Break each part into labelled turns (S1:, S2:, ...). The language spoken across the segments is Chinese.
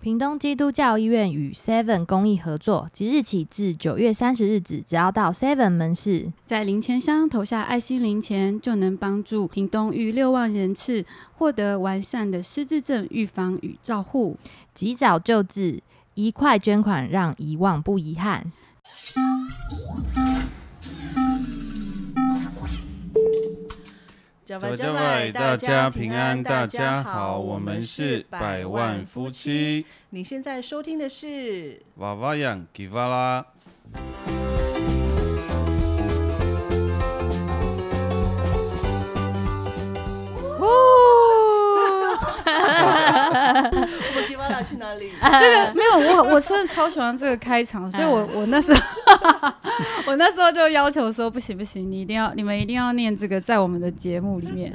S1: 屏东基督教医院与 Seven 公益合作，即日起至九月三十日止，只要到 Seven 门市，
S2: 在零钱箱投下爱心零钱，就能帮助屏东逾六万人次获得完善的失智症预防与照护。
S1: 及早救治，一块捐款让遗忘不遗憾。
S3: 加
S4: 大家拜，大家平安，大家好，我们是百万夫。妻，
S3: 你现在收听的是
S4: 娃娃养吉娃啦。
S1: 哦
S3: 我们迪瓦拉去哪里？
S2: 这个 没有我，我真的超喜欢这个开场，所以我我那时候 我那时候就要求说，不行不行，你一定要你们一定要念这个在我们的节目里面。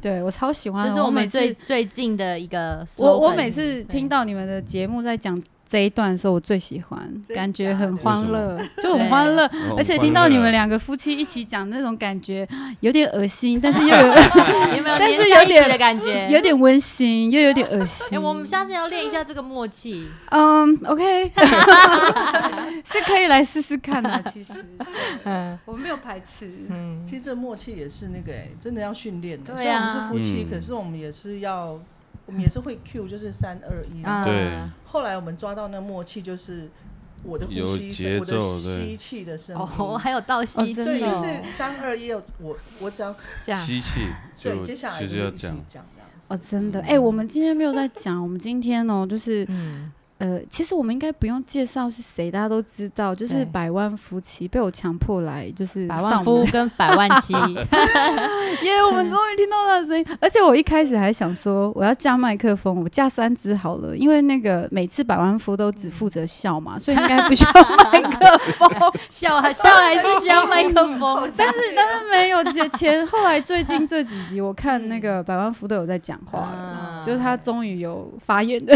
S1: 对，
S2: 对我超喜欢的，
S1: 这是哎我
S2: 每
S1: 们
S2: 次
S1: 最最近的一个 slogan。
S2: 我我每次 听到你们的节目在讲这一段的时候，我最喜欢，
S3: 真
S2: 感觉
S3: 假
S2: 很
S3: 的
S2: 欢乐，就很欢乐。而且听到你们两个夫妻一起讲那种感觉，有点恶心，但是又有
S1: 对，有没有
S2: 但是
S1: 连在一起
S2: 有点
S1: 的感觉？
S2: 有点温馨，又有点恶
S1: 哎，
S2: 心。
S1: 我们下次要练一下这个默契。
S2: 嗯，OK，是可以来试试看的、其实
S1: 嗯
S2: 我没有 排斥，
S1: 嗯
S3: 其实这默契也是那个哎、真的要训练的。
S1: 对
S3: 虽然我
S1: 啊
S3: 们是夫妻，
S4: 嗯
S3: 可是我们也是要，我们也是会 Q，就是三二一。
S1: 啊
S4: 对
S3: 后来我们抓到那默契，就是我的呼
S4: 有
S3: 吸
S4: 节
S3: 声，我的
S4: 奏
S3: 吸
S4: 对
S3: 气的声音。
S1: 哦，还有倒
S2: 哦
S1: 吸气，
S2: 真
S3: 对，
S2: 的
S3: 就
S2: 哦
S3: 是三二一，我我只要
S1: 这
S2: 啊
S1: 样。
S4: 吸气，
S3: 对，
S4: 就
S3: 接下来
S4: 就是
S3: 就
S4: 要
S3: 一起
S4: 讲，
S3: 讲这样子
S2: 哦，真的，哎、我们今天没有在讲，我们今天哦，就是
S1: 嗯，
S2: 呃，其实我们应该不用介绍是谁，大家都知道，就是
S1: 对
S2: 百万夫妻被我强迫来，就是
S1: 百
S2: 上
S1: 万
S2: 我
S1: 夫
S2: 们
S1: 跟百万妻，
S2: 的，耶、我们终于听到他的声音。而且我一开始还想说，我要架麦克风，我架三支好了，因为那个每次百万夫都只负责笑嘛，所以应该不需要麦克风。
S1: 笑还笑还是需要麦 克风。哦
S3: 但是
S2: 但是没有前前后来最近这几集，我看那个百万夫都有在讲话了。
S1: 嗯
S2: 就是他终于有发言的，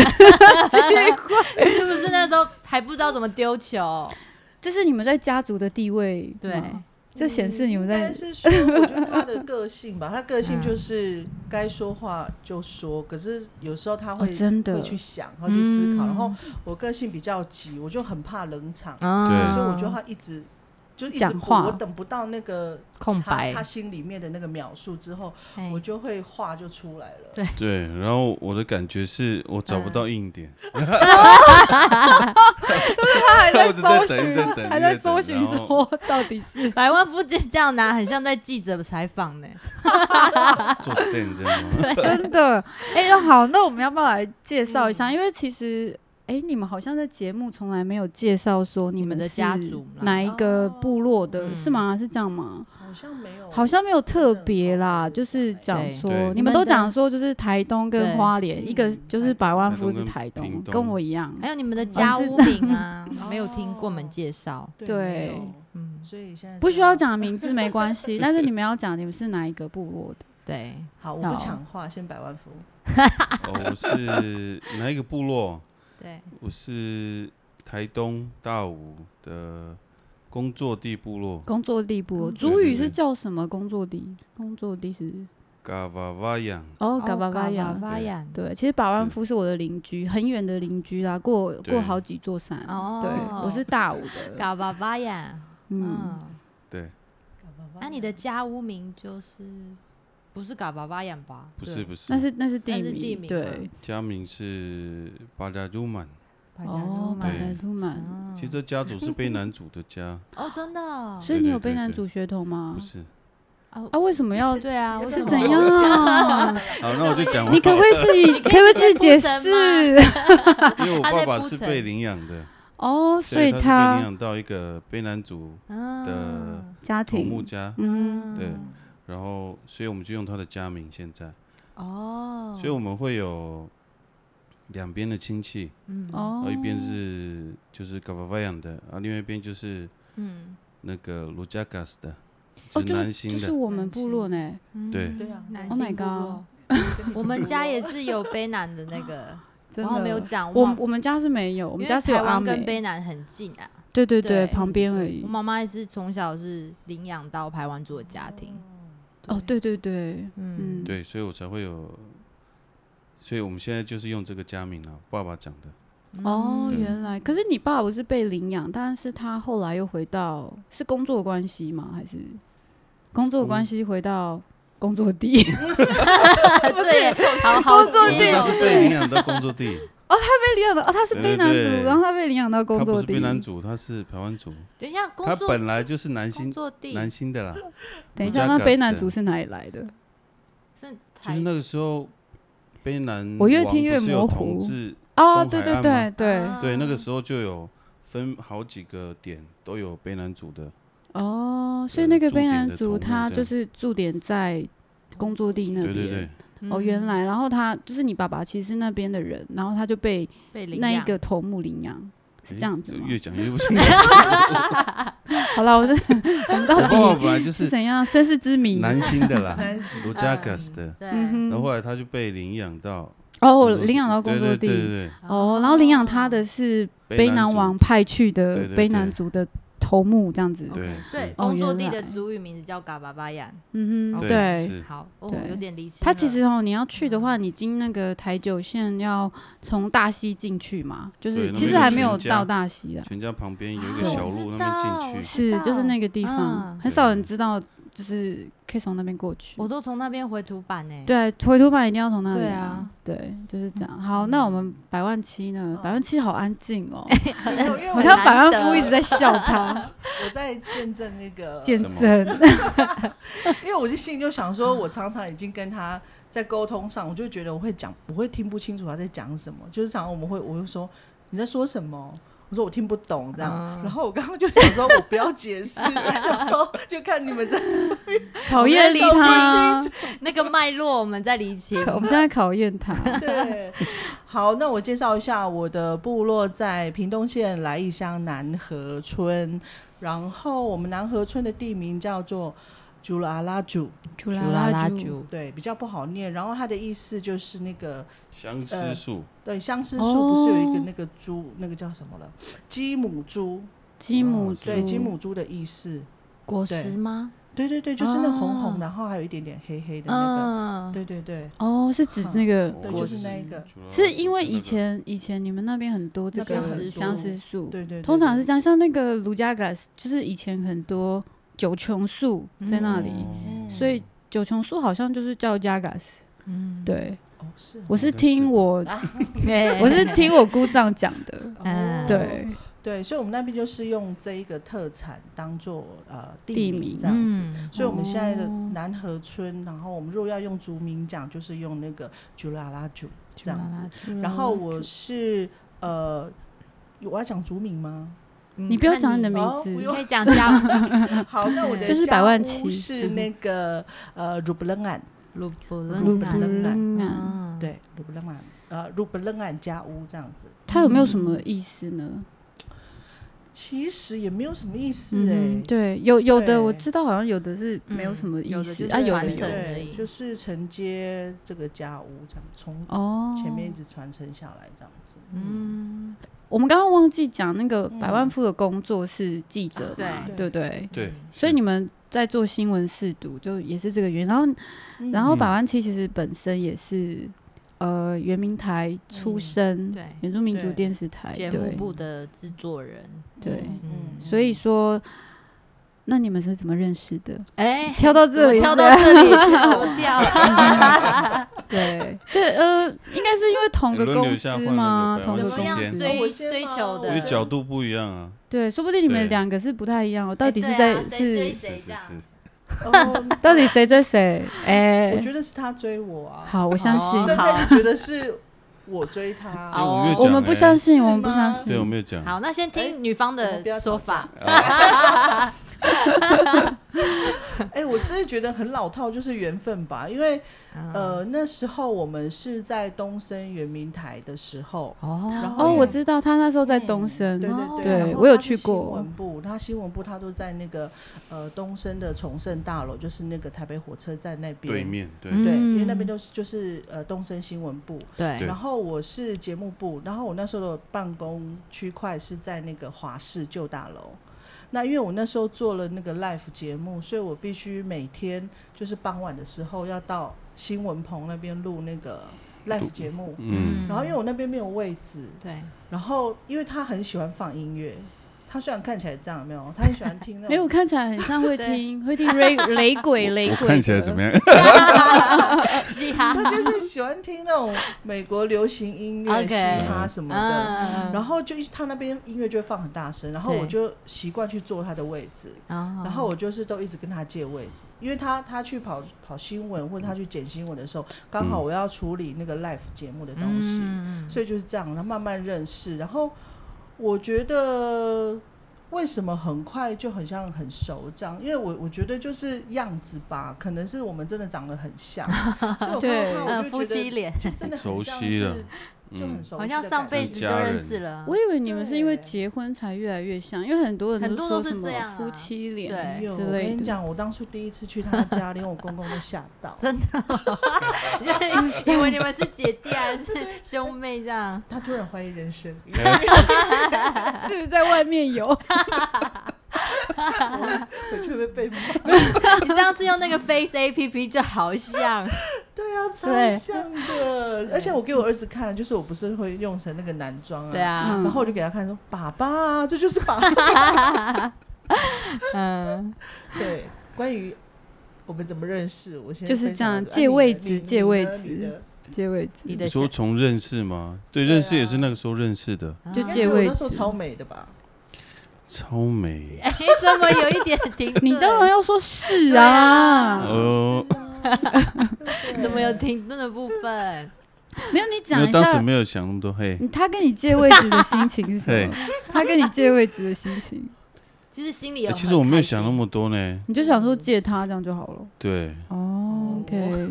S1: 是不是那时候还不知道怎么丢球？
S2: 这是你们在家族的地位吗，
S1: 对，
S3: 嗯
S2: 这显示你们在嗯
S3: 但嗯是说，我觉得他的个性吧，他个性就是该说话就说，可是有时候他
S2: 哦，
S3: 会、
S2: 真的
S3: 会去想，会去思考。
S1: 嗯
S3: 然后我个性比较急，我就很怕冷场，
S1: 啊
S3: 所以我觉得他一直就一直
S2: 嗯讲
S3: 不
S2: 话
S3: 我等不到那个
S1: 空
S3: 他
S1: 白
S3: 他，心里面的那个描述之后，
S1: 哎
S3: 我就会话就出来了。
S1: 对
S4: 对，然后我的感觉是我找不到硬点，
S2: 他还在
S4: 我只在
S2: 搜
S4: 等一
S2: 寻
S4: 直在，等
S2: 还在
S4: 一直在
S2: 搜
S4: 等
S2: 寻
S4: 然后
S2: 说到底是
S1: 百万夫这样拿，很像在记者采访呢。
S3: 嗯
S4: 做 stand 这样 吗？
S2: 真的。哎，那好，那我们要不要来介绍一
S1: 嗯
S2: 下？因为其实，哎，你们好像在节目从来没有介绍说
S1: 你们
S2: 们
S1: 的
S2: 是
S1: 家族啦
S2: 哪一个部落的，
S1: 嗯哦
S2: 是吗？是这样吗？
S3: 好像没有，
S2: 好像没有特别啦，
S3: 真的
S2: 就是讲
S1: 对
S2: 说
S4: 对
S2: 你们都讲说就是台东跟
S1: 对嗯
S2: 花莲，一个就是百万富是台
S4: 台东跟
S2: 东，
S4: 屏东
S2: 跟我一样。
S1: 还有你们的家屋名啊，没有听过我们介绍。
S3: 对，
S2: 对
S3: 没有
S1: 嗯，
S3: 所以现在
S2: 不
S3: 是
S2: 需要。讲名字没 关系，但是你们要讲你们是哪一个部落的。
S1: 对，
S3: 好，我不
S2: 哦
S3: 抢话，先百万富。
S4: 哦，我是哪一个部落？
S1: 对，
S4: 我是台东大武的工作地部落，
S2: 工作地
S1: 嗯
S2: 部，
S4: 对
S2: 主
S4: 对
S2: 语是
S4: 对
S2: 叫什么工作地？工作地是
S4: 嘎瓦瓦养，
S2: 哦，嘎巴巴
S1: 呀
S2: 呀。
S1: 巴呀，
S2: 对，其实百万
S4: 是
S2: 富是我的邻居，很远的邻居啦，过过
S4: 对
S2: 好几座山。
S1: 哦
S2: 对，我是大武的。
S1: 嘎巴巴呀，
S2: 嗯，
S1: 嗯，
S4: 对，
S1: 那你的家屋名就是不是嘎巴巴呀吧？
S4: 不是
S1: 对
S4: 不是，
S2: 那是那是地
S1: 那是地
S2: 名，
S1: 名
S2: 对。
S4: 家名是巴达鲁曼。
S1: 百家
S2: 哦，
S1: 都
S2: 马
S1: 满
S4: 对
S2: 来路满。
S1: 嗯
S4: 其实这家族是卑南族的 家，
S1: 哦，真的哦
S2: 所以你有
S4: 对对
S2: 被男
S4: 对
S2: 主血统吗
S4: 不？是。
S2: 啊，为什么
S3: 哦
S2: 要？
S1: 对啊， 我
S2: 是
S1: 怎
S2: 怎
S1: 么
S2: 样？啊
S4: 好，那我就讲我
S2: 你可不可以自己？可不可以自己解释？
S4: 因为我
S1: 他在
S4: 爸爸
S1: 铺
S4: 是
S1: 陈
S4: 被领养的，
S2: 哦，所以
S4: 他是被领
S2: 他
S4: 养到一个卑南族的
S1: 嗯
S2: 家
S4: 头目
S2: 庭，
S4: 家，
S2: 嗯，
S4: 对，然后所以我们就用他的家名现在，
S1: 哦，
S4: 所以我们会有两边的亲戚，
S1: 嗯
S4: 然
S2: 哦
S4: 后，一边是就是嘎巴巴养的，然后另外一边就是
S1: 嗯，
S4: 那个卢加嘎斯的，
S2: 哦，
S4: 是
S2: 就
S4: 南
S2: 就
S4: 兴
S2: 是
S4: 的，
S2: 我们部落呢。
S4: 对
S3: 对啊
S1: 嗯男
S2: Oh my
S1: 性部
S2: god
S1: 落， 我们家也是有卑南的那 个，然
S2: 真的
S1: 后没有讲
S2: 我
S1: 忘，
S2: 我们家是没有，我
S1: 我
S2: 们家是有
S1: 台
S2: 阿
S1: 湾跟
S2: 美，
S1: 卑南很近啊，
S2: 对对
S1: 对
S2: 对，旁边而已
S1: 我。妈妈也是从小是领养到台湾族的家庭，
S2: 哦，对对对，
S1: 嗯，
S2: 嗯，
S4: 啊对，所以我才会有，所以我们现在就是用这个家名了，爸爸讲的，
S2: 哦，
S4: 嗯
S2: 原来，可是你爸不是被领养，但是他后来又回到是工作关系吗？还是工作关系回到工作地？
S1: 啊对，好好
S2: 工作
S1: 奇
S2: 地
S1: 哦
S4: 他是被领养到工作 地，
S2: 被领养的哦，他是
S4: 对
S2: 卑南
S4: 对对
S2: 族，然后他被领养到工
S4: 他不
S2: 作
S4: 是
S2: 地。
S4: 被男主，他是台湾族，
S1: 等一下，工
S4: 他
S1: 作
S4: 本来就是南
S1: 工
S4: 星
S1: 作地
S4: 南星的啦，
S2: 等一下，
S4: 加
S2: 那
S4: 格
S2: 卑南
S4: 斯
S2: 族是哪里来的？
S1: 是
S4: 就
S1: 台
S4: 是那个时候卑南
S2: 我越
S4: 王
S2: 听越
S4: 不是有
S2: 模糊嗯
S4: 统治
S2: 哦，
S4: 东
S2: 对
S4: 海
S2: 对
S4: 岸
S2: 对
S4: 吗
S2: 对，
S1: 啊
S4: 对，那个时候就有分好几个点，都有卑南族的。
S1: 啊
S2: 哦，所以
S4: 对
S2: 那个
S4: 驻
S2: 卑
S4: 点
S2: 南
S4: 的
S2: 族
S4: 头目
S2: 他
S4: 这
S2: 就
S4: 样
S2: 是驻点在工作地那
S4: 对
S2: 边。
S4: 对对，
S1: 嗯
S2: 哦，原来，然后他就是你爸爸，其实是那边的人，然后他就被
S1: 被领
S2: 那一
S1: 养
S2: 个头目领养，是
S4: 诶
S2: 这样子
S4: 这
S2: 吗？
S4: 越讲越不清楚。
S2: 好了，我这 我们到
S4: 我爸爸
S2: 底
S4: 本来就 是是
S2: 怎样身世之谜？
S4: 南星的 啦，
S3: 南西
S4: 卢加克斯的，
S1: 对，
S2: 嗯
S4: 然后
S2: 哼，
S4: 后来他就被领养到
S2: 哦，
S4: 工作
S2: 领养到工作
S4: 对对对
S2: 地，
S4: 对
S2: 哦，然后领养他的是
S4: 对
S2: 卑
S4: 南
S2: 南
S4: 族
S2: 王派去的
S4: 对对
S2: 卑
S4: 对
S2: 南族的头目，这样子。
S4: 对
S1: OK，所以
S4: 是
S2: 哦
S1: 工作地
S2: 原
S1: 的
S2: 来
S1: 族语名字叫嘎巴巴yan。
S2: 嗯哼，
S1: OK
S2: 对，
S4: 是
S1: 好，哦
S2: 对，
S1: 有点离奇了。
S2: 它其实哦，你要去的话，你经那个台九线要从大溪进去嘛，就是
S4: 对
S2: 其
S4: 那边
S2: 实
S4: 有
S2: 还没
S4: 全
S2: 有
S4: 家
S2: 到大溪啊，
S4: 全家旁边有一
S1: 啊
S4: 个
S2: 对
S4: 小
S1: 我
S4: 路
S1: 知
S4: 那
S1: 道
S4: 边进去，
S2: 是就是那
S1: 个，
S2: 个地方，
S1: 嗯
S2: 很少人知道，就是可以从那边过去
S1: 我。都从那边回土欸版呢。
S2: 对，回头版一定要从那里
S1: 对
S2: 啊
S1: 啊，嗯
S2: 对，就是这样。好，那我们百万七呢？
S3: 嗯
S2: 百万七好安静哦，
S3: 因为因为
S2: 我
S3: 我
S2: 看
S1: 难
S2: 百万
S1: 得
S2: 富一直在笑 他
S3: 我在见证那个
S2: 见
S4: 什么
S2: 证。
S3: 因为我就心里就想说，我常常已经跟他在沟通上，我就觉得我会讲，我会听不清楚他在讲什么。就是常常我们会，我就说你在说什么。我说我听不懂这样，
S1: 嗯
S3: 然后我刚刚就想说，我不要解释，然后就看你们在
S2: 讨厌
S1: 理
S2: 他，
S1: 那个脉络我们在离奇。
S2: 可我们现在考验他。
S3: 对，好，那我介绍一下我的部落在屏东县来义乡南河村，然后我们南河村的地名叫做朱拉拉主，
S2: 朱
S1: 朱拉拉，族，
S3: 对，比较不好念，然后它的意思就是那个
S4: 相
S3: 呃
S4: 思树，
S3: 对，相思树不是有一
S2: 哦
S3: 个那个猪，那个叫什么了？鸡母猪，
S2: 鸡母猪，
S3: 哦对，鸡母猪的意思。
S1: 果
S3: 对
S1: 实吗？
S3: 对对对，就是那红红，
S2: 啊
S3: 然后还有一点点黑黑的那个。
S1: 嗯，
S3: 对对对，
S2: 哦，是指那
S1: 呃
S2: 个
S3: 对，
S4: 果
S3: 就是那一个。
S2: 是因为以前以前你们那边很多这
S3: 那
S1: 边
S2: 个
S1: 很
S2: 相
S1: 多
S2: 思树，
S3: 对对，对
S2: 通常
S3: 对
S2: 是这样，像那个卢加格斯，就是以前很多九琼树在那里，
S4: 哦
S2: 所以九琼树好像就是叫加格斯。
S1: 嗯，
S2: 对，
S3: 哦是哦，
S2: 我是听我
S3: 嗯
S1: 对
S2: 我是听我姑丈讲的，
S3: 哦
S2: 对，
S3: 对，所以我们那边就是用这一个特产当做呃
S2: 地
S3: 地
S2: 名
S3: 名这样子。
S1: 嗯
S3: 所以我们现在的
S2: 哦
S3: 南河村，然后我们如果要用族名讲，就是用那个朱拉拉主这样子。然后
S2: 嗯
S3: 我是呃，我要讲族名吗？
S2: 你不要讲你的
S1: 看
S2: 名
S3: 哦
S2: 字
S1: 嗯
S3: 不，
S1: 你
S3: 用
S1: 可以讲家
S3: 好，那我的
S2: 就是
S3: 家
S2: 百万嗯
S3: 屋
S2: 期
S3: 是那个呃鲁布楞安，
S1: 鲁布
S2: 卢
S1: 楞
S2: 布
S1: 南，
S2: 楞啊，
S1: 嗯，
S3: 对鲁布楞安，呃鲁布楞安家屋这样子。
S2: 它有没有什么意思呢？
S3: 其实也没有什么意思哎、
S1: 欸
S2: 嗯，对，有有的
S3: 对
S2: 我知道，好像有的是没有
S1: 嗯
S2: 什么意
S1: 有的
S2: 思
S1: 就是
S2: 啊，有的
S1: 传
S2: 有
S1: 承
S2: 的
S1: 而
S3: 对，
S1: 已
S3: 就是承接这个家屋这样，从
S2: 哦，
S3: 前面一直传承下来这样子。嗯，
S1: 嗯，
S2: 我们刚刚忘记讲那个
S3: 嗯
S2: 百万富的工作是记者嘛，
S1: 嗯对
S2: 对不对？
S4: 对，
S2: 所以你们在做新闻试读，就也是这个原因。然后，
S3: 嗯
S2: 然后百万七其实本身也是呃原民台出身，
S1: 对，
S2: 原住民族
S3: 对
S2: 电视台，
S1: 节目
S2: 对
S1: 部的制作人，
S2: 对。
S1: 嗯
S2: 所以说，那你们是怎么认识的？
S1: 哎，
S2: 跳到
S1: 怎
S2: 这
S1: 么
S2: 里，
S1: 跳到这 里， 怎么跳啊？
S2: 对 对，呃，应该是因为同个
S4: 轮流
S2: 公
S4: 一下
S2: 司
S4: 换
S2: 吗？同
S4: 那个百
S2: 个
S1: 怎
S2: 公
S4: 万
S1: 么
S4: 富
S1: 样
S4: 先
S2: 司，
S3: 哦我
S1: 追
S3: 先
S1: 追
S3: 吗
S1: 求
S4: 我
S1: 的
S4: 的？角度不一样啊，
S2: 对，说不定你们
S4: 对
S2: 两个是不太一样哦。到底是
S1: 哎
S2: 在
S1: 对啊谁
S2: 是
S1: 追
S4: 是
S1: 谁这
S4: 是
S1: 样
S4: 是，
S3: 哦，
S2: 到底谁追谁？哎、
S3: 我觉得是他追我啊，
S2: 好，我相信。
S1: 好
S3: 但他就觉得是我追
S4: 哎
S3: 他。啊
S1: 好
S4: 我没有
S1: 哦
S2: 我
S4: 讲
S2: 们不
S4: 哎
S2: 相信，
S3: 是
S2: 我们不
S3: 吗
S2: 相
S4: 对，我
S2: 信。
S4: 没有讲。
S1: 好，那先听女方
S3: 我们不要
S1: 的
S3: 吵
S1: 说法。
S3: 哎，我真的觉得很老套，就是缘分吧。因为
S1: 呃，
S3: 呃，那时候我们是在东森圆明台的时候，然
S1: 哦，
S3: 后
S2: 哦，
S3: 也
S2: 我知道他那时候在
S3: 嗯
S2: 东升，
S3: 对
S1: 哦
S3: 对
S2: 对
S3: 然后
S2: 我有
S3: 他是
S2: 去过
S3: 新闻部，他新闻部他都在那个呃东升的崇圣大楼，就是那个台北火车站那边
S4: 对面对，
S1: 嗯
S3: 对，因为那边都是就是呃东升新闻部，
S1: 对
S4: 对
S3: 然后我是节目部，然后我那时候的办公区块是在那个华视旧大楼。那因为我那时候做了那个 live 节目，所以我必须每天就是傍晚的时候要到新闻棚那边录那个 live 节目，
S4: 嗯
S1: 嗯
S3: 然后因为我那边没有位置，
S1: 对，
S3: 然后因为他很喜欢放音乐，他虽然看起来这样有没有，他很喜欢听 那种
S2: 没有，看起来很像会
S1: 对
S2: 听，会听雷雷鬼雷
S4: 我
S2: 鬼。
S4: 看起来怎么？样？
S1: 啊嘻哈，
S3: 他就是喜欢听那种美国流行音乐、
S1: OK
S3: 嘻哈什么的。
S1: 嗯
S3: 然后就一他那边音乐就会放很大声，然后
S1: 对嗯
S3: 我就习惯去坐他的位置，
S1: 然
S3: 然后我就是都一直跟他借位置，因为他他去跑跑新闻或者他去剪新闻的时候，刚好我要处理那个 live 节目的东西，
S1: 嗯
S3: 所以就是这样，然后慢慢认识，然后我觉得为什么很快就很像很熟这样？因为我我觉得就是样子吧，可能是我们真的长得很 像，所以我看
S2: 对
S3: 到他
S1: 嗯
S3: 我
S1: 夫
S3: 就
S1: 妻
S3: 觉得
S1: 脸，
S3: 就真的很像
S4: 熟悉
S3: 是
S4: 了
S3: 就很
S4: 嗯，
S3: 熟悉的感觉，
S1: 好像上辈子就认识了。
S2: 我以为你们是因为
S3: 对
S2: 结婚才越来越像，因为很多人
S1: 很多
S2: 说
S1: 都是
S2: 什么
S1: 这样啊
S2: 夫妻脸，
S3: 哎
S1: 对，
S3: 呦
S2: 之
S3: 我
S2: 类
S3: 跟你
S2: 的
S3: 讲，我当初第一次去他家，连我公公都吓 到。
S1: 真的哦，以为你们是姐弟还是兄妹这样？
S3: 他突然怀疑人生，
S2: 是不是在外面有？
S3: 我就会被骂。
S1: 你上次用那个 Face A P P 就好像，
S3: 对啊，超
S1: 对
S3: 像的。而且我给我儿子看，就是我不是会用成那个男装啊，
S1: 对啊，
S2: 嗯
S3: 然后我就给他看说：“爸爸，这就是爸爸。
S1: 嗯，”
S3: 对，关于我们怎么认识，我先
S2: 就是这样
S3: 分享
S2: 借位置
S3: 啊你呢
S2: 借位
S3: 你呢你呢
S2: 结尾字
S1: 你的
S4: 你说从认识吗？对，认识也
S2: 啊
S4: 是那个时候认识的，
S1: 嗯
S2: 就
S3: 应该
S2: 借
S3: 觉得我
S2: 位
S3: 那时候
S2: 置
S3: 超美的 吧？
S4: 超美。
S1: 哎，怎么有一点停顿？
S2: 你当然要说是
S1: 对啊
S2: 啊，
S4: 哦，
S1: 怎么有停顿的部分？
S2: 没有你
S4: 没
S2: 讲
S4: 有，
S2: 一
S4: 当时
S2: 下，
S4: 没有想那么多。嘿，
S2: 你他跟你借位置的心情是什
S4: 嘿
S2: 么？，他跟你借位置的心情，
S1: 其实心里
S4: 哎
S1: 有，
S4: 其实我没有想那
S1: 么，
S4: 么多呢。
S2: 你就想说借他这样就好了。
S4: 对，
S2: 哦，OK，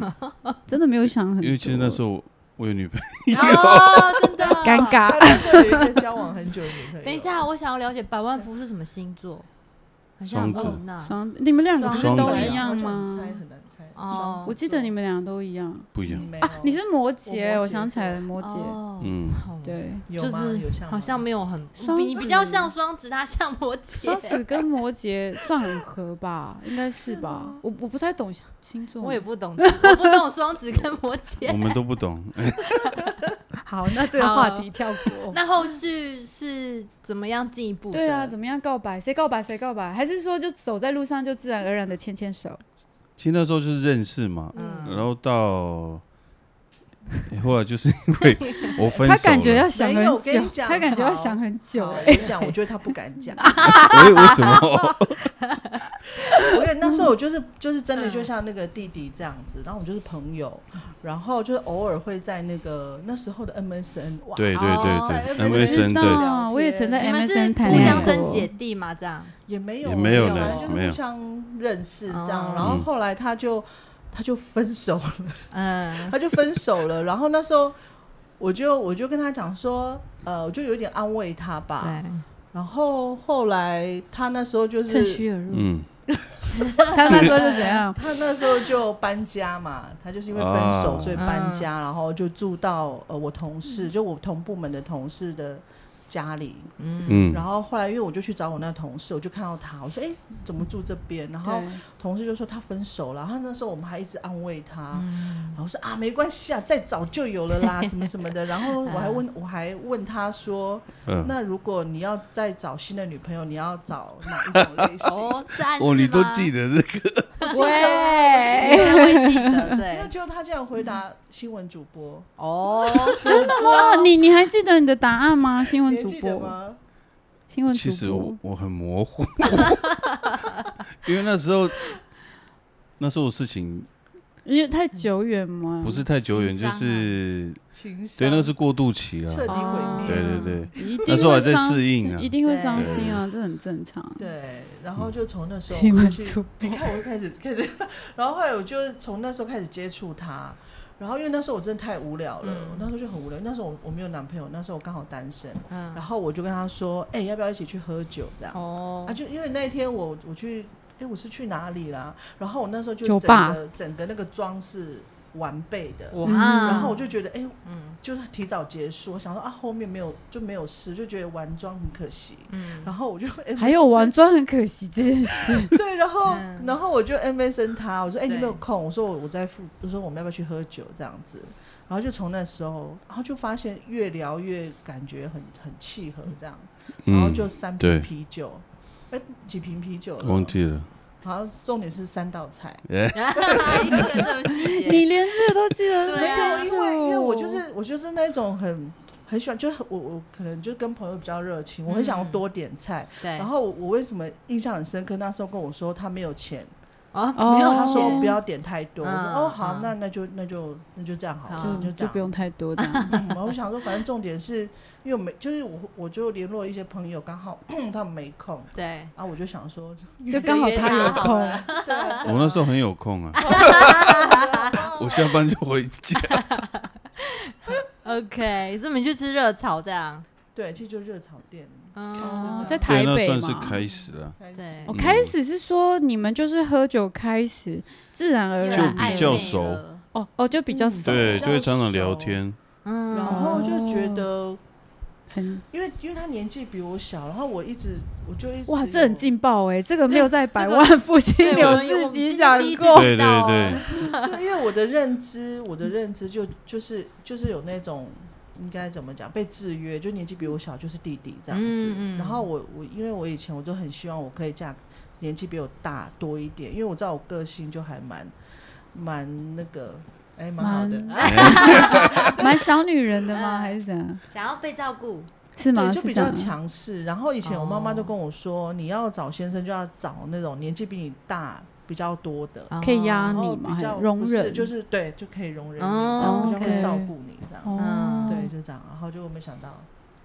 S2: 真的没有想很多，
S4: 因为其实那时候我我有女朋友，
S1: 哦，真
S4: 啊
S1: 的
S2: 尴。
S3: 他
S2: 尬。
S3: 那时候有一个交往很久的女朋友。
S1: 等一，下，我想要了解百万夫是什么星座，很像
S4: 双子
S1: 很纳
S2: 双，你们两个不是
S4: 双
S2: 都
S4: 子
S2: 一样
S3: 我猜
S2: 吗？
S3: 很难猜。
S1: 哦
S3: 双子座
S2: 我记得你们俩都一样
S4: 不一
S3: 你
S4: 样。
S3: 没有
S2: 啊，你是摩羯，
S3: 我摩羯
S2: 我想起来了，摩羯，
S1: 哦，
S4: 嗯，
S1: 好
S2: 对，啊
S3: 有
S1: 就
S3: 吗？
S1: 是
S3: 有像吗
S1: 好像没有很
S2: 双，
S1: 你比
S2: 子
S1: 较像双子，他像摩
S2: 双
S1: 羯。
S2: 子跟摩羯算很合吧，应该是吧？我我不太懂星座，
S1: 我也不懂，我不懂双子跟摩
S4: 我
S1: 羯。
S4: 们都不懂。哎
S2: 好，那这个
S1: 好
S2: 话题跳过。
S1: 那后续是怎么样进一步的？
S2: 对啊，怎么样告白？谁告白谁告白？还是说就走在路上就自然而然的牵牵手？
S4: 其实那时候就是认识嘛，
S1: 嗯
S4: 然后到、欸后来就是因为我分手
S2: 他
S4: 了，
S2: 感觉要想
S3: 没有
S2: 很
S3: 我跟你
S2: 久，
S3: 讲
S2: 他感觉要想很久
S3: 好。
S2: 欸
S3: 我
S1: 哎
S3: 讲，我觉得他不敢 讲。
S4: 为为什么？
S3: 我跟你那时候我就是就是真的就
S1: 嗯
S3: 像那个弟弟这样子，然后我们就是朋友，然后就是偶尔会在那个那时候的 MSN 哇，
S4: 对对
S1: 哦
S4: 对对
S3: 我
S2: 我
S3: 人
S2: 知
S4: ，MSN 对，
S2: 道，我也曾
S4: 嗯
S2: 在
S1: 你们是
S2: MSN 谈
S1: 互
S2: 恋
S1: 相
S2: 爱
S1: 称
S2: 过。
S1: 姐弟嘛？这样
S3: 也没有
S4: 也没有
S1: 呢
S3: 反正就
S4: 没
S3: 是
S4: 有
S3: 互相认识这样
S1: 哦，
S3: 然后后来他就他就分手 了，
S1: 嗯，
S3: 他就分手了，然后那时候我就我就跟他讲说，呃，我就有点安慰他吧，然后后来他那时候就
S2: 趁
S3: 是。
S2: 虚而入，
S4: 嗯，
S2: 他那时候就怎样？
S3: 他那时候就搬家嘛，他就是因为分手
S4: 啊
S3: 所以
S2: 嗯
S3: 搬家，然后就住到呃我同事，就我同部门的同事的家里，
S1: 嗯
S4: 嗯
S3: 然后后来因为我就去找我那同事，我就看到他，我说哎、诶怎么住这边？然后
S2: 对
S3: 同事就说他分手了，然后那时候我们还一直安慰他，
S2: 嗯
S3: 然后说啊没关系啊，再早就有了 啦，什么什么的。然后我还问我还问他说，
S4: 嗯，
S3: 那如果你要再找新的女朋友，你要找哪一种类 型？
S1: 哦，是暗示
S4: 哦，你都
S1: 吗
S4: 记得这个，
S1: 对
S2: 喂，
S1: 我会记得，
S3: 没 有，
S1: 对，
S3: 结果他竟然回答新闻主播，
S1: 哦，
S2: 真的吗？你你还记得你的答案吗？新
S3: 你
S2: 闻
S3: 还
S2: 主
S3: 记得
S2: 播，
S3: 吗？
S2: 新闻
S4: 其实
S2: 主播
S4: 我。我很模糊，因为那时候那时候事情
S2: 因为太久远吗？
S4: 不是太久远，
S1: 情
S4: 就
S1: 商啊
S4: 是
S3: 情商
S4: 对，那个是过渡期
S3: 彻
S4: 了
S3: 底，毁
S1: 哦
S4: 对
S3: 灭。
S4: 对对，
S2: 一定
S4: 那时候
S2: 会
S4: 还在
S2: 伤
S4: 适应
S2: 心
S4: 啊
S2: 一定会伤心啊，这很正常。
S3: 对，然后就从那时候
S2: 新
S3: 我
S2: 闻
S3: 去
S2: 主播，
S3: 你看我就开始开始， 然后后来我就从那时候开始接触他，然后因为那时候我真的太无聊了，
S1: 嗯
S3: 我那时候就很无聊，那时候我我没有男朋友，那时候我刚好单身，然
S1: 嗯，
S3: 后我就跟他说，哎、要不要一起去喝酒这样？
S1: 哦
S3: 啊，，就因为那一天我我去，哎、我是去哪里啦？然后我那时候就
S2: 酒
S3: 整
S2: 吧
S3: 个整个那个妆是完备的。
S4: 哇
S1: 啊
S3: 然后我就觉得，哎、
S1: 嗯
S3: 就是提早结束，我想说啊，后面没有就没有事，就觉得玩妆很可惜。
S1: 嗯，
S3: 然后我就哎 MSN,
S2: 还有玩妆很可惜这件事，
S3: 对，然后、
S1: 嗯
S3: 然后我就 MSN 他，我说哎、
S1: 对
S3: 你没有空，我说我我在附，我说我们要不要去喝酒这样子，然后就从那时候，然后就发现越聊越感觉很很契合这样，然后
S4: 嗯，
S3: 就三
S4: 对
S3: 瓶啤酒，哎、几瓶啤酒了，
S4: 忘，记了，
S3: 好像重点是三道菜。
S1: 一个这么细节，
S2: 你连这个都记得
S1: 对啊
S2: 很
S3: 因
S2: 清楚
S3: 为因为我就是我就是那种很很喜欢，就是我我可能就跟朋友比较热情，我很想要
S1: 嗯
S3: 多点菜。
S1: 对，
S3: 然后我我为什么印象很深刻？那时候跟我说他没有钱，
S1: 哦，
S2: 哦
S1: 没有
S3: 他说
S1: 钱
S3: 不要点太多。
S1: 嗯
S3: 我说哦好
S1: 嗯，
S3: 那那就那就那就这样好了，
S2: 就
S3: 啊就这
S2: 就不
S3: 样。
S2: 用太多的，
S3: 嗯，我想说，反正重点是因为我没，就是我我就联络一些朋友，刚好 他们没空
S1: 对，
S3: 啊，我就想说，
S2: 就刚好他有空，
S3: 对啊
S4: 我那时候很有空啊，我下班就回家。
S1: OK，所以你们去吃热炒这样，
S3: 对，其实就热炒店
S1: 嗯
S2: 哦，在哦
S3: 对
S4: 对，
S2: 台
S4: 那
S2: 北
S4: 算是
S2: 嘛。
S4: 开始了，
S3: 开始
S1: 对
S2: 我
S4: 嗯
S2: 开始是说你们就是喝酒开始，自然而
S4: 就
S2: 然
S4: 比
S2: 爱
S4: 较
S2: 恋
S4: 熟
S1: 了
S2: 哦哦就比较熟，
S4: 对，
S3: 比较
S4: 就会常常
S3: 熟
S4: 聊天。
S1: 嗯，
S3: 然后就觉得
S2: 很
S3: 因为因为他年纪比我小，然后我一直我就一直
S2: 哇
S3: 有
S2: 这很劲爆哎，这个没有在百
S1: 这个
S2: 万富
S1: 对
S2: 星
S1: 我
S2: 有
S1: 们我
S2: 四
S1: 们
S2: 集
S1: 今天
S2: 讲
S1: 第一集
S2: 过，
S4: 对对
S1: 到
S4: 对，
S3: 对，因为我的认知，我的认知就就是就是有那种应该怎么讲被制约，就年纪比我小就是弟弟这样子。
S1: 嗯嗯
S3: 然后我我因为我以前我都很希望我可以嫁年纪比我大多一点，因为我知道我个性就还蛮蛮那个哎蛮好的，
S2: 蛮
S3: 啊
S2: 蛮小女人的吗？还是怎样？
S1: 想要被照顾，
S2: 是吗？
S3: 对，就是比
S2: 这
S3: 较
S2: 样吗
S3: 强势。然后以前我妈妈
S1: 哦
S3: 就跟我说，你要找先生就要找那种年纪比你大比较多的。
S2: 可以压
S3: 然
S2: 啊你
S3: 后
S2: 嘛
S3: 比
S2: 还
S3: 较
S2: 容
S3: 不是
S2: 忍
S3: 就是对，就可以容忍你，这
S1: 哦
S3: 样比较
S2: OK
S3: 会照顾你，这样
S2: 哦，
S3: 嗯对，，就这样。然后就没想到，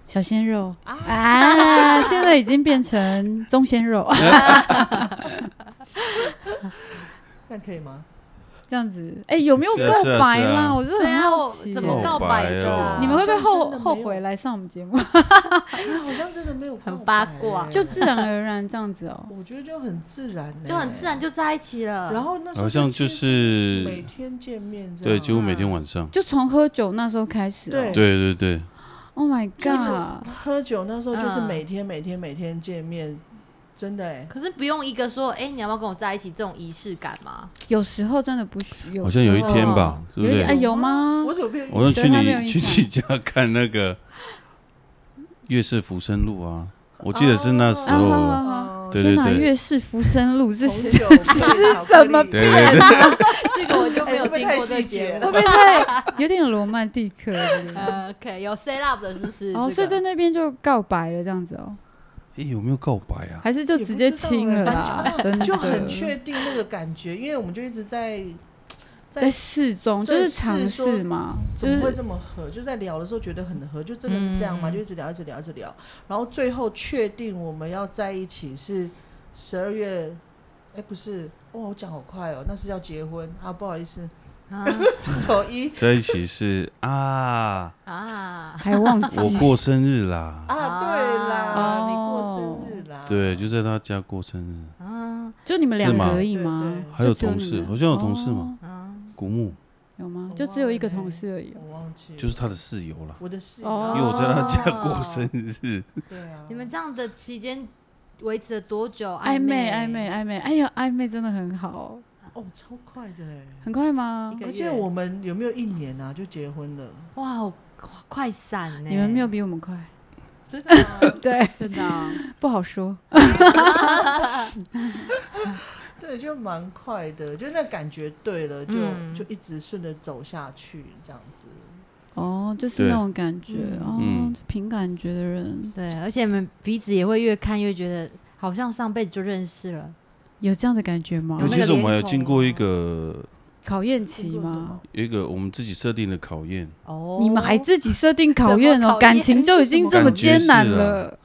S2: 小鲜肉
S3: 啊
S2: 啊，现在已经变成中鲜肉，
S3: 那可 以吗？
S2: 这样子，哎，有没有
S4: 是啊
S2: 告
S4: 是啊
S2: 白
S4: 是啊
S2: 啦？我是
S1: 对
S2: 很
S1: 啊，
S2: 好
S1: 我
S2: 奇，
S1: 怎
S4: 告
S1: 么
S4: 白
S1: 告白
S4: 哦
S1: 就是这
S2: 你们会不会
S3: 好像
S2: 后
S3: 真的没有
S2: 后悔来上我们节目？
S3: 哎，好像真的没有
S1: 很
S3: 告
S1: 八
S3: 白
S1: 卦
S3: 欸
S2: 就自然而然这样子哦。
S3: 我觉得就很自然欸，
S1: 样就很自然就在一起了，
S3: 然后那时候
S4: 好像就
S3: 几乎每
S4: 是
S3: 天见面这
S4: 对，
S3: 样，
S4: 几乎每
S2: 啊
S4: 天晚上。
S2: 就从喝酒那时候开始、哦，
S3: 对
S4: 对对对，
S2: ，Oh my
S3: 就一直
S2: god，
S3: 喝酒那时候就是
S1: 嗯
S3: 每天每天每天见面，真的哎，
S1: 可是不用一个说，哎，你要不要跟我在一起这种仪式感吗？
S2: 有时候真的不需有，
S4: 好像有一天吧，是
S2: 有一
S4: 不是
S2: 点哎？有吗？
S3: 我怎么变
S4: 我说去
S2: 对他没有印
S4: 你去
S2: 象
S4: 你家看那个《月是浮生录》啊，我记得是那时
S2: 啊
S4: 候，
S2: 好好好
S3: 哦
S4: 对
S2: 天
S4: 对
S2: 哪，
S4: 对，
S2: 月是浮生路
S3: 红
S2: 这是
S3: 酒配巧克
S2: 什
S3: 力
S2: 么
S4: 对对 对，
S1: 这个我就没有
S3: 哎会不会
S1: 听
S3: 太
S1: 过这
S3: 细节
S1: 节
S2: 会
S1: 目
S2: 不。会太有点罗曼蒂克？
S1: 呃，OK，有 set up 的就是
S2: 哦，所以在那边就告白了这样子哦，
S4: 哎，有没有告白啊？
S2: 还是就直接亲了啦？真的
S3: 哎欸就很确定那个感觉，因为我们就一直在
S2: 在试中就是尝试嘛，就
S3: 怎么会
S2: 是
S3: 这么合？就在聊的时候觉得很合，就真的是这样吗？
S1: 嗯
S3: 就一直聊，一直聊，一直聊，然后最后确定我们要在一起是十二月，哎、不是，哇，我讲好快哦，那是要结婚啊，不好意思，
S1: 啊
S3: 丑一
S4: 在一起是啊，
S1: 啊，
S2: 还忘
S4: 我
S2: 记
S4: 过生日啦，
S3: 啊，对啦，
S2: 哦
S3: 你过生日啦，
S4: 对，就在他家过生日，
S1: 嗯
S2: 就你们两
S4: 是
S2: 个
S4: 吗
S2: 而已
S3: 对
S2: 吗？
S4: 还
S2: 就
S4: 有
S2: 只你
S4: 同事
S2: 们
S4: 好像有同事嘛？
S2: 哦
S1: 嗯，
S4: 古墓
S2: 有吗
S3: 我？
S2: 就只有一个
S3: 忘了
S2: 同事而已哦。
S3: 我忘记了，
S4: 就是他的室友啦，
S3: 我的室
S2: 哦
S4: 因为我在他家过生日，
S3: 对啊，
S1: 你们这样的期间维持了多久？
S2: 哦暧昧，
S1: 昧，
S2: 暧昧，，暧昧，哎呀，暧昧真的很好，
S3: 哦，超快的哎，
S2: 很快吗
S1: 一？个
S3: 而
S1: 月
S3: 且我们有没有一年啊就结婚了？
S1: 哇，好快闪呢！
S2: 你们没有比我们快，
S3: 真的吗？
S2: 对，
S1: 真的啊？
S2: 不好说。
S3: 对，就蛮快的，就那感觉对了，就、
S1: 嗯
S3: 就一直顺着走下去这样子。
S2: 哦，就是
S4: 对
S2: 那种感觉，哦
S4: 嗯，
S2: 凭感觉的人
S1: 对，而且你们彼此也会越看越觉得，好像上辈子就认识了。
S2: 有这样的感觉吗
S1: 有？那个
S4: 其实我们还有
S1: 连头
S4: 经过一个
S2: 考验
S3: 听
S2: 期
S3: 过什
S2: 吗
S3: 么？？
S4: 一个我们自己设定的考验，
S1: 哦，
S2: 你们还自己设定考
S1: 怎
S2: 验
S1: 么考
S2: 哦，
S1: 验
S2: 感情就已经这么艰难了。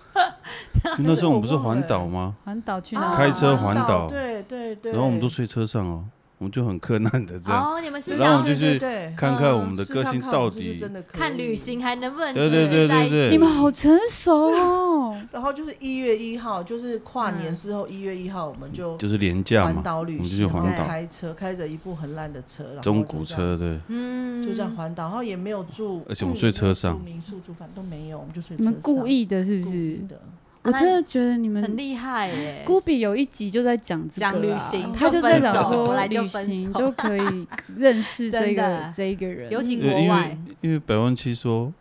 S4: 因为那时候我们不是环岛吗？
S2: 环岛去
S3: 啊
S2: 哪？
S4: 开车环
S3: 岛，
S4: 岛
S3: 对对对。
S4: 然后我们都睡车上哦，我们就很困难的这样，
S1: 哦，你们是
S4: 然后我
S1: 想
S4: 们
S1: 要
S4: 就
S3: 对对
S4: 是
S3: 对
S4: 看看我们的
S3: 嗯试
S4: 个
S3: 看
S4: 性
S3: 看我
S4: 到
S3: 们是不是
S4: 底
S3: 真的可
S1: 看
S3: 以
S1: 旅。行还能不能
S4: 对
S1: 继续
S4: 对对
S1: 在一
S4: 对
S1: 起
S4: 对
S2: 你们好成熟哦，
S3: 然后就是一月一号，就是跨
S2: 嗯
S3: 年之后一月一号，我们就
S4: 就是廉价
S3: 环
S4: 嘛，
S3: 岛旅
S4: 我们就
S3: 行，然
S4: 去
S3: 后
S4: 环岛
S3: 开车，开着一部很烂的车，然后
S4: 中
S3: 就
S4: 古
S3: 这样，
S4: 车对，
S1: 嗯，
S3: 就这样环岛，然后也没有住，
S4: 而且我们睡车上
S3: 住民宿住饭都没有，我们就睡车
S2: 你
S3: 上。
S2: 们故意的，是不
S3: 故
S2: 是
S3: 意？的？
S2: 我
S1: 那
S2: 真的觉得你们
S1: 很厉害耶。
S2: 孤比有一集就在讲这个啊、
S1: 讲旅行
S2: 他
S1: 就
S2: 在
S1: 分
S2: 讲
S1: 手
S2: 说
S1: 本来就
S2: 旅
S1: 分
S2: 行
S1: 手
S2: 就 可以认识这
S1: 真
S2: 个
S1: 的
S2: 这一个人，
S1: 尤其
S4: 因
S1: 国
S4: 为因为
S1: 外
S4: 因为百万七说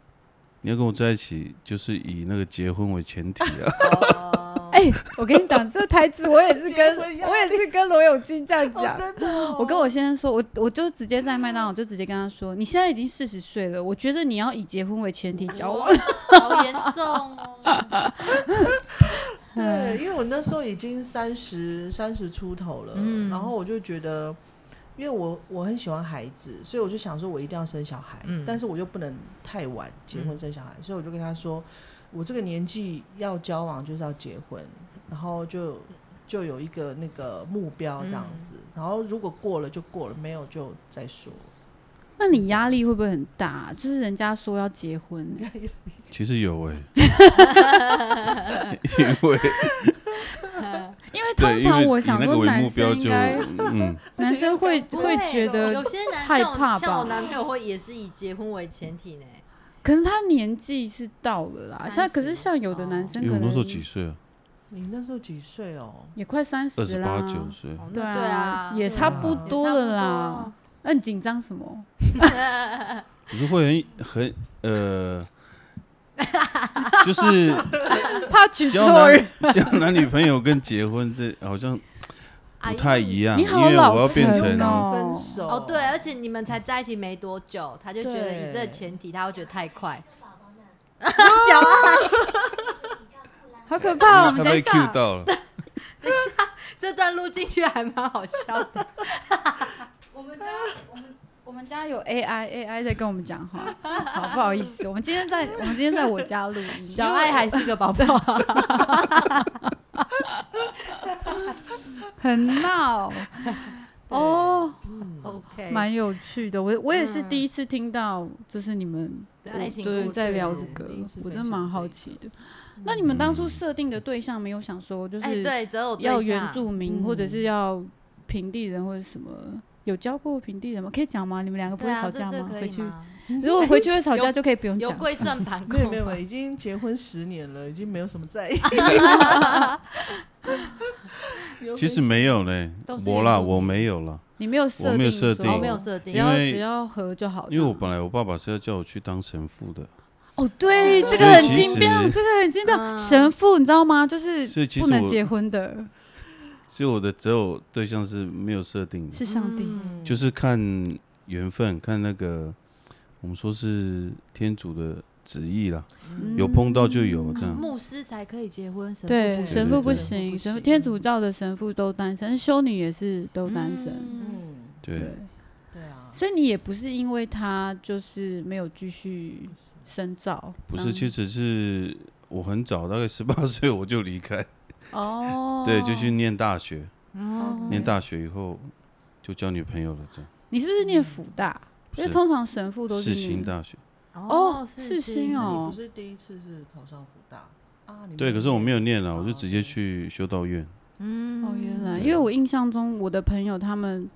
S4: 你要跟我在一起，就是以那个结婚为前提啊，
S1: 哦
S2: 哎、我跟你讲这台词，我也是 跟
S3: 结婚压力
S2: 我也是跟罗永金这样
S3: 哦，
S2: 讲。
S3: 真的哦，
S2: 我跟我先生说，我我就直接在麦当劳就直接跟他说，你现在已经四十岁了，我觉得你要以结婚为前提交 往。
S1: 好严重哦。哎
S3: 对，因为我那时候已经三十三十出头了，
S1: 嗯
S3: 然后我就觉得，因为我我很喜欢孩子，所以我就想说我一定要生小孩，
S1: 嗯
S3: 但是我又不能太晚结婚生小孩，所以我就跟他说，我这个年纪要交往就是要结婚，然后就就有一个那个目标这样子，
S1: 嗯
S3: 然后如果过了就过了，没有就再说。
S2: 那你压力会不会很大啊、就是人家说要结婚，
S4: 其实有哎、因为
S2: 因为
S4: 对，
S2: 通
S4: 因
S2: 常
S4: 为
S2: 我
S4: 以
S2: 想
S4: 那个
S2: 说
S4: 为目
S2: 男
S4: 标
S2: 生应
S4: 就
S2: 该
S4: 嗯，
S2: 男生会会
S3: 而且又
S2: 觉得
S1: 哦有，些男
S2: 害
S1: 像我
S2: 怕
S1: 像我
S2: 吧
S1: 男朋友会也是以结婚为前提呢。
S2: 可能他年纪是到了啦。像可
S1: 30
S2: 是像有的男
S1: 哦
S2: 生
S4: 因
S2: 可
S4: 为我那
S2: 能
S4: 时候几岁啊，
S3: 你那时候几岁哦？
S2: 也快三
S4: 二
S2: 十
S4: 十
S2: 啦，
S4: 八九岁，
S1: 哦
S2: 对
S1: 那
S2: 啊
S1: 对啊，
S2: 也
S1: 对
S2: 差
S1: 啊
S2: 不
S1: 也
S2: 多
S1: 差
S2: 了啦。那你紧张什么？
S4: 你是会很很 呃，就是
S2: 怕娶
S4: 交
S2: 错人
S4: 男，交男女朋友跟结婚这好像
S1: 啊
S4: 不太一样，
S2: 哎你
S4: 因
S2: 好
S4: 为
S2: 老
S4: 我要变
S2: 成
S4: 成
S2: 哦
S3: 分手
S1: 哦，对，而且你们才在一起没多久，他就觉得以这个
S3: 对
S1: 前提，他会觉得太快。
S2: 好可怕！我
S4: 他
S2: 们等一
S4: 被 Q
S2: 下，
S4: 到了，
S1: 这段录进去还蛮好笑的。
S2: 我们家我们我们家有 AI AI 在跟我们讲话，好不好意思？我们今天在我们今天在我家录 音，
S1: 小爱还是个宝宝，
S2: 很闹 哦，
S3: 嗯
S1: ，OK，
S2: 蛮有趣的。我我也是
S1: 嗯
S2: 第一次听到，就是你们
S1: 对爱情
S2: 对
S1: 故
S2: 在
S1: 事
S2: 聊这个
S3: 第一，次
S2: 我
S3: 分
S2: 真
S3: 享
S2: 蛮
S3: 这
S2: 好
S3: 个
S2: 奇的。那你们当初设定的对象没有想说就
S1: 嗯哎，
S2: 是
S1: 对，择偶对
S2: 要
S1: 象
S2: 原住民，或者
S3: 嗯
S2: 是要平地人，或者什么？有教过平地人吗？可以讲吗？你们两个不
S1: 对
S2: 会
S1: 啊，
S2: 吵
S1: 这
S2: 架
S1: 这
S2: 吗？
S1: 可
S2: 回
S1: 以
S2: 去，
S1: 吗？
S2: 如果回去会吵
S1: 有
S2: 架，就可以不用
S1: 有
S2: 讲。
S1: 贵算盘 哦
S3: 没有
S1: 过
S3: 没有，没
S1: 吗
S3: 有已经结婚十年了，已经没有什么 在意。有
S4: 其实
S3: 没
S4: 没有嘞
S1: 都，是
S4: 我啦，
S1: 原住民
S4: 我没有啦，
S2: 你没有设
S4: 我没有设
S2: 说
S4: 定
S1: 哦，没有设定
S2: 只，要
S4: 因为
S2: 只要合就好。
S4: 因为我
S2: 这样
S4: 本来我爸爸是要叫我去当神父的，
S2: 哦，对，这个
S4: 所以
S2: 很
S4: 其
S2: 精妙，
S4: 实
S2: 这个很精妙。
S1: 嗯
S2: 神父，你知道吗？就是
S4: 所以其
S2: 不
S4: 实
S2: 能
S4: 我
S2: 结婚的
S4: 所以我的择偶对象是没有设定的，
S2: 是上帝。
S1: 嗯
S4: 就是看缘分，看那个我们说是天主的旨意啦，
S2: 嗯
S4: 有碰到就有这样。
S1: 牧师才可以结婚，神父
S2: 对，
S1: 不
S4: 对
S1: 行
S2: 神
S4: 对
S2: 父
S4: 对
S2: 不
S4: 对
S2: 行，神父
S3: 嗯
S2: 天主教的神父都单身，修女也是都单身。
S1: 嗯
S3: 嗯，
S4: 对，
S3: 对啊，
S2: 所以你也不是因为他就是没有继续深造，
S4: 不是，
S2: 当
S4: 其实是我很早，大概 十八岁我就离开，
S2: 哦，嗯
S4: 对，就去念大学，
S1: 哦
S4: 念大学以后就交女朋友了，这样。
S2: 你是不是念福大？
S4: 不
S2: 因为
S4: 是
S2: 通常神父都是
S4: 世新
S2: 念
S4: 大学，
S2: 哦世新哦
S3: 你不是第一次是考上福大啊？你
S4: 对，可是我没有念了，
S3: 哦
S4: 我就直接
S3: OK
S4: 去修道院。
S1: 嗯
S2: 哦，原来，
S4: 对
S2: 因为我印象中我的朋友他们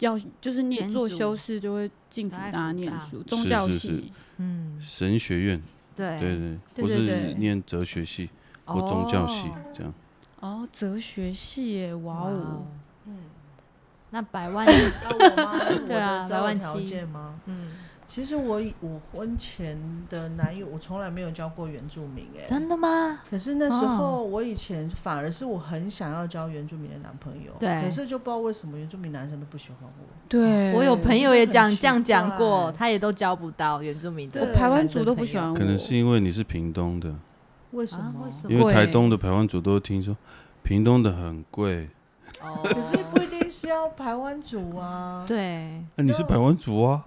S2: 要就是念
S1: 天
S2: 做
S1: 主
S2: 修士就会进福
S1: 都爱
S2: 大
S1: 福
S2: 念
S1: 大
S2: 书，宗
S4: 是
S2: 教
S4: 是
S2: 系。
S4: 是
S1: 嗯，
S4: 神学院，
S1: 对
S4: 对对，
S2: 对
S4: 我
S2: 对对
S4: 是念哲学系或宗教系
S1: 哦
S4: 这样。
S2: 哦，哲学系耶，哇
S1: 哇
S2: 哦
S1: 哦！，
S3: 嗯，
S1: 那百万，
S3: 那我妈我
S1: 对啊
S3: 的择
S1: 百
S3: 偶
S1: 万
S3: 条
S1: 七
S3: 件吗？
S1: 嗯，
S3: 其实我以我婚前的男友，我从来没有交过原住民，哎，
S1: 真的吗？
S3: 可是那时
S1: 哦
S3: 候，我以前反而是我很想要交原住民的男朋友，
S1: 对啊
S3: 可是就不知道为什么原住民男生都不喜欢我，
S2: 对，
S1: 我有朋友也讲
S3: 很奇
S1: 这样讲过，
S3: 怪
S1: 他也都交不到原住民
S2: 我
S1: 的
S3: 对
S2: 排湾
S1: 男
S2: 族
S1: 生
S2: 都不
S1: 朋
S2: 喜
S1: 友
S2: 欢我，
S4: 可能是因为你是屏东的，
S3: 为什
S1: 啊
S3: 么？
S1: 为什
S4: 因
S1: 么
S4: 为台
S2: 贵
S4: 东的排湾族都听说，屏东的很贵。
S1: 哦，
S3: 可是不一定是要排湾族啊，
S1: 对，
S4: 哎那、你是
S3: 就
S4: 排湾族啊？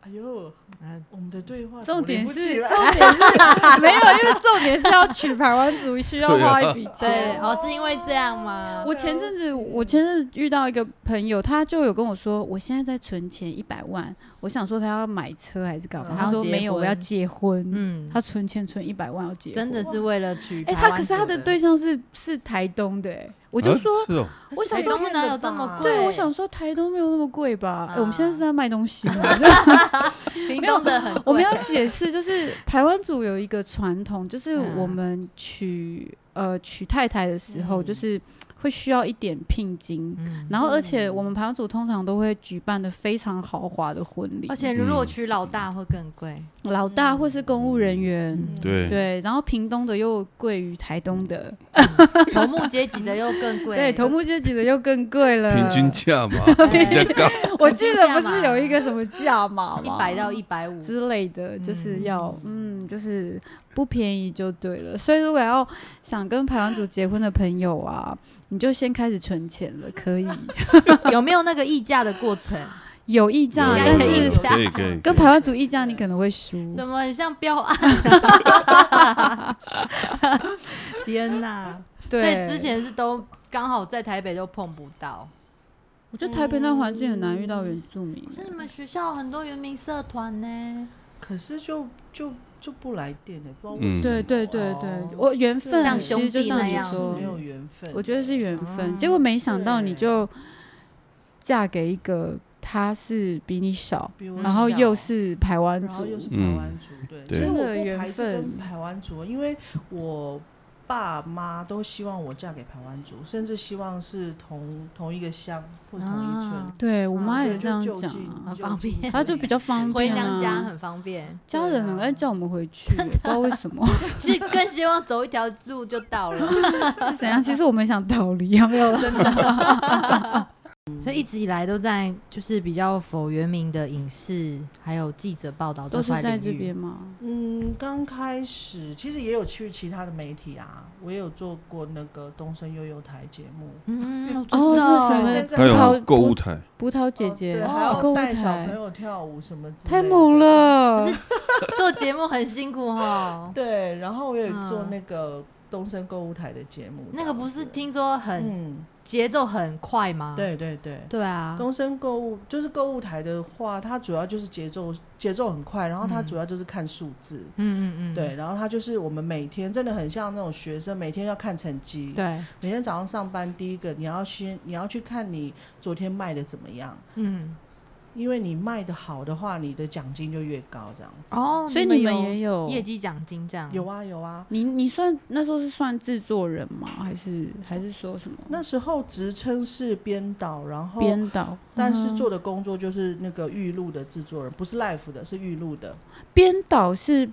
S3: 哎呦，
S1: 啊
S3: 我们的对话
S2: 重点
S3: 怎么连
S2: 是
S3: 不起来
S2: 重点 是没有，因为重点是要取台湾族需要
S4: 啊
S2: 花一笔
S1: 对，
S2: 钱。
S1: 哦，是因为这样吗？
S2: 我前阵子，我前阵子遇到一个朋友，他就有跟我说，我现在在存钱一百万，我想说他要买车还是干嘛
S3: 嗯？
S2: 他说没有，
S1: 他要结婚
S2: 我要结婚。
S1: 嗯，
S2: 他存钱存一百万要结婚，
S1: 真的是为了取
S2: 哎、
S1: 台
S2: 他
S1: 湾
S2: 可是
S1: 族
S2: 他的对象是是台东的、哎，我就
S4: 啊
S2: 说，
S4: 是哦，
S2: 我想说
S1: 台东哪有这么贵
S2: 对，我想说台东没有那么贵吧、哎我们现在是在卖东西吗？
S1: 屏
S2: 没有
S1: 东的很贵，
S2: 我们要解释，就是台湾族有一个传统，就是
S1: 嗯
S2: 我们娶呃娶太太的时候，
S1: 嗯
S2: 就是会需要一点聘金。
S1: 嗯，
S2: 然后，而且我们台湾族通常都会举办的非常豪华的婚礼，
S1: 而且如果娶老大会更 贵，
S2: 老大或是公务人员，
S1: 嗯
S4: 对，
S2: 对，然后屏东的又贵于台东的，
S1: 头目阶级的又更贵，
S2: 对，头目阶级的又更贵了。
S4: 平均价嘛，
S1: 对
S4: 比较高。
S2: 我记得不是有一个什么价码
S1: 一
S2: 吗？
S1: 百到一百五，
S2: 之类的，就是要嗯就是不便宜就对了。所以如果要想跟排湾族结婚的朋友啊，你就先开始存钱了，可以
S1: 有没有那个议价的过程？
S2: 有议价，
S1: 对
S2: 但
S1: 可以
S2: 是
S1: 加
S4: 可以可以，
S2: 跟排湾族议价你可能会输。
S1: 怎么很像标案？天哪！所
S2: 对，
S1: 以之前是都刚好在台北都碰不到。
S2: 我觉得台北那环境很难遇到原住民
S1: 可。是你们学校很多原民社团呢，
S3: 可是就就就不来电了，不知道为
S4: 嗯
S3: 什么啊
S2: 对对对对
S1: 哦，
S2: 我缘分
S1: 像
S2: 啊其实
S1: 兄
S2: 就
S1: 弟
S2: 像
S1: 那
S2: 你
S1: 样
S2: 说
S1: 子
S3: 没，有缘分。
S2: 我觉得是缘分。
S1: 哦
S2: 结果没想到你
S3: 对
S2: 就嫁给一个他是比你小，
S3: 比我
S2: 然后
S3: 小
S2: 又是排湾
S3: 然后
S2: 族
S3: 又，是
S4: 嗯
S3: 台湾族，
S4: 对
S3: 对，所
S2: 真
S3: 以
S2: 的
S3: 我
S2: 缘
S3: 不排斥
S2: 分
S3: 跟台湾族，因为我爸妈都希望我嫁给台湾族，甚至希望是同同一个乡或者同一村。
S1: 啊
S2: 对我妈
S3: 对
S2: 也是这样
S3: 嗯就
S2: 讲
S3: 近
S2: 啊，
S1: 很方便
S2: 她就比较方
S1: 回
S2: 便啊
S1: 娘家很方便，
S2: 家人
S3: 啊
S2: 很爱哎叫我们回 去，不知道为什么
S1: 是更希望走一条路就到了。
S2: 是怎样。其实我们想逃离，啊有没 有 啦？
S1: 所以一直以来都在就是比较否原民的影视还有记者报道
S2: 都是
S1: 块
S2: 在
S1: 领
S2: 这
S1: 域
S2: 边吗？
S3: 嗯，刚开始其实也有去其他的媒体啊，我也有做过那个东升悠悠台节目，
S1: 嗯，我知
S2: 哦
S1: 道
S2: 是什么
S3: 现在嗯
S4: 还
S2: 淘
S4: 有购物台，
S2: 葡萄姐
S3: 对
S2: 姐，
S3: 还
S2: 哦购
S3: 有
S2: 物
S3: 带小
S2: 台
S3: 朋，友跳舞什么之类
S2: 太
S3: 的。
S2: 猛。了！
S1: 做节目很辛苦哈
S3: 对，然后我也做
S1: 嗯
S3: 那个东升购物台的节目，
S1: 那个不是
S3: 挺
S1: 听说很
S3: 嗯，
S1: 节奏很快吗？
S3: 对对对。
S1: 对啊，
S3: 东升购物就是购物台的话，它主要就是节奏节奏很快，然后它
S1: 嗯
S3: 主要就是看数字，
S1: 嗯嗯嗯，
S3: 对，然后它就是我们每天真的很像那种学生，每天要看成绩，
S1: 对，
S3: 每天早上上班第一个你要先你要去看你昨天卖的怎么样，
S1: 嗯，
S3: 因为你卖的好的话，你的奖金就越高，这样子。
S1: 哦，
S2: 所以
S1: 你
S2: 你们
S1: 有
S2: 也有
S1: 业绩奖金这样？
S3: 有啊有啊，
S2: 你你算那时候是算制作人吗？还是还是说什么？
S3: 那时候职称是编导，然
S1: 嗯
S3: 后
S2: 编导，
S3: 但是做的工作就是那个预录的制作人，不是 l i f e 的，是预录的。
S2: 编导是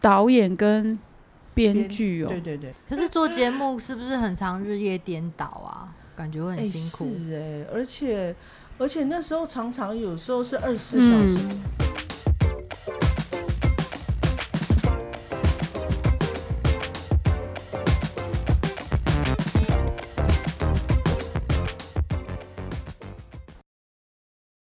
S2: 导演跟编剧哦
S3: 对，对对，
S1: 可是做节目是不是很常日夜颠倒啊？感觉会
S3: 哎
S1: 很辛苦。
S2: 嗯
S1: 嗯
S3: 是哎、而且而且那时候常常有时候是二十四小时，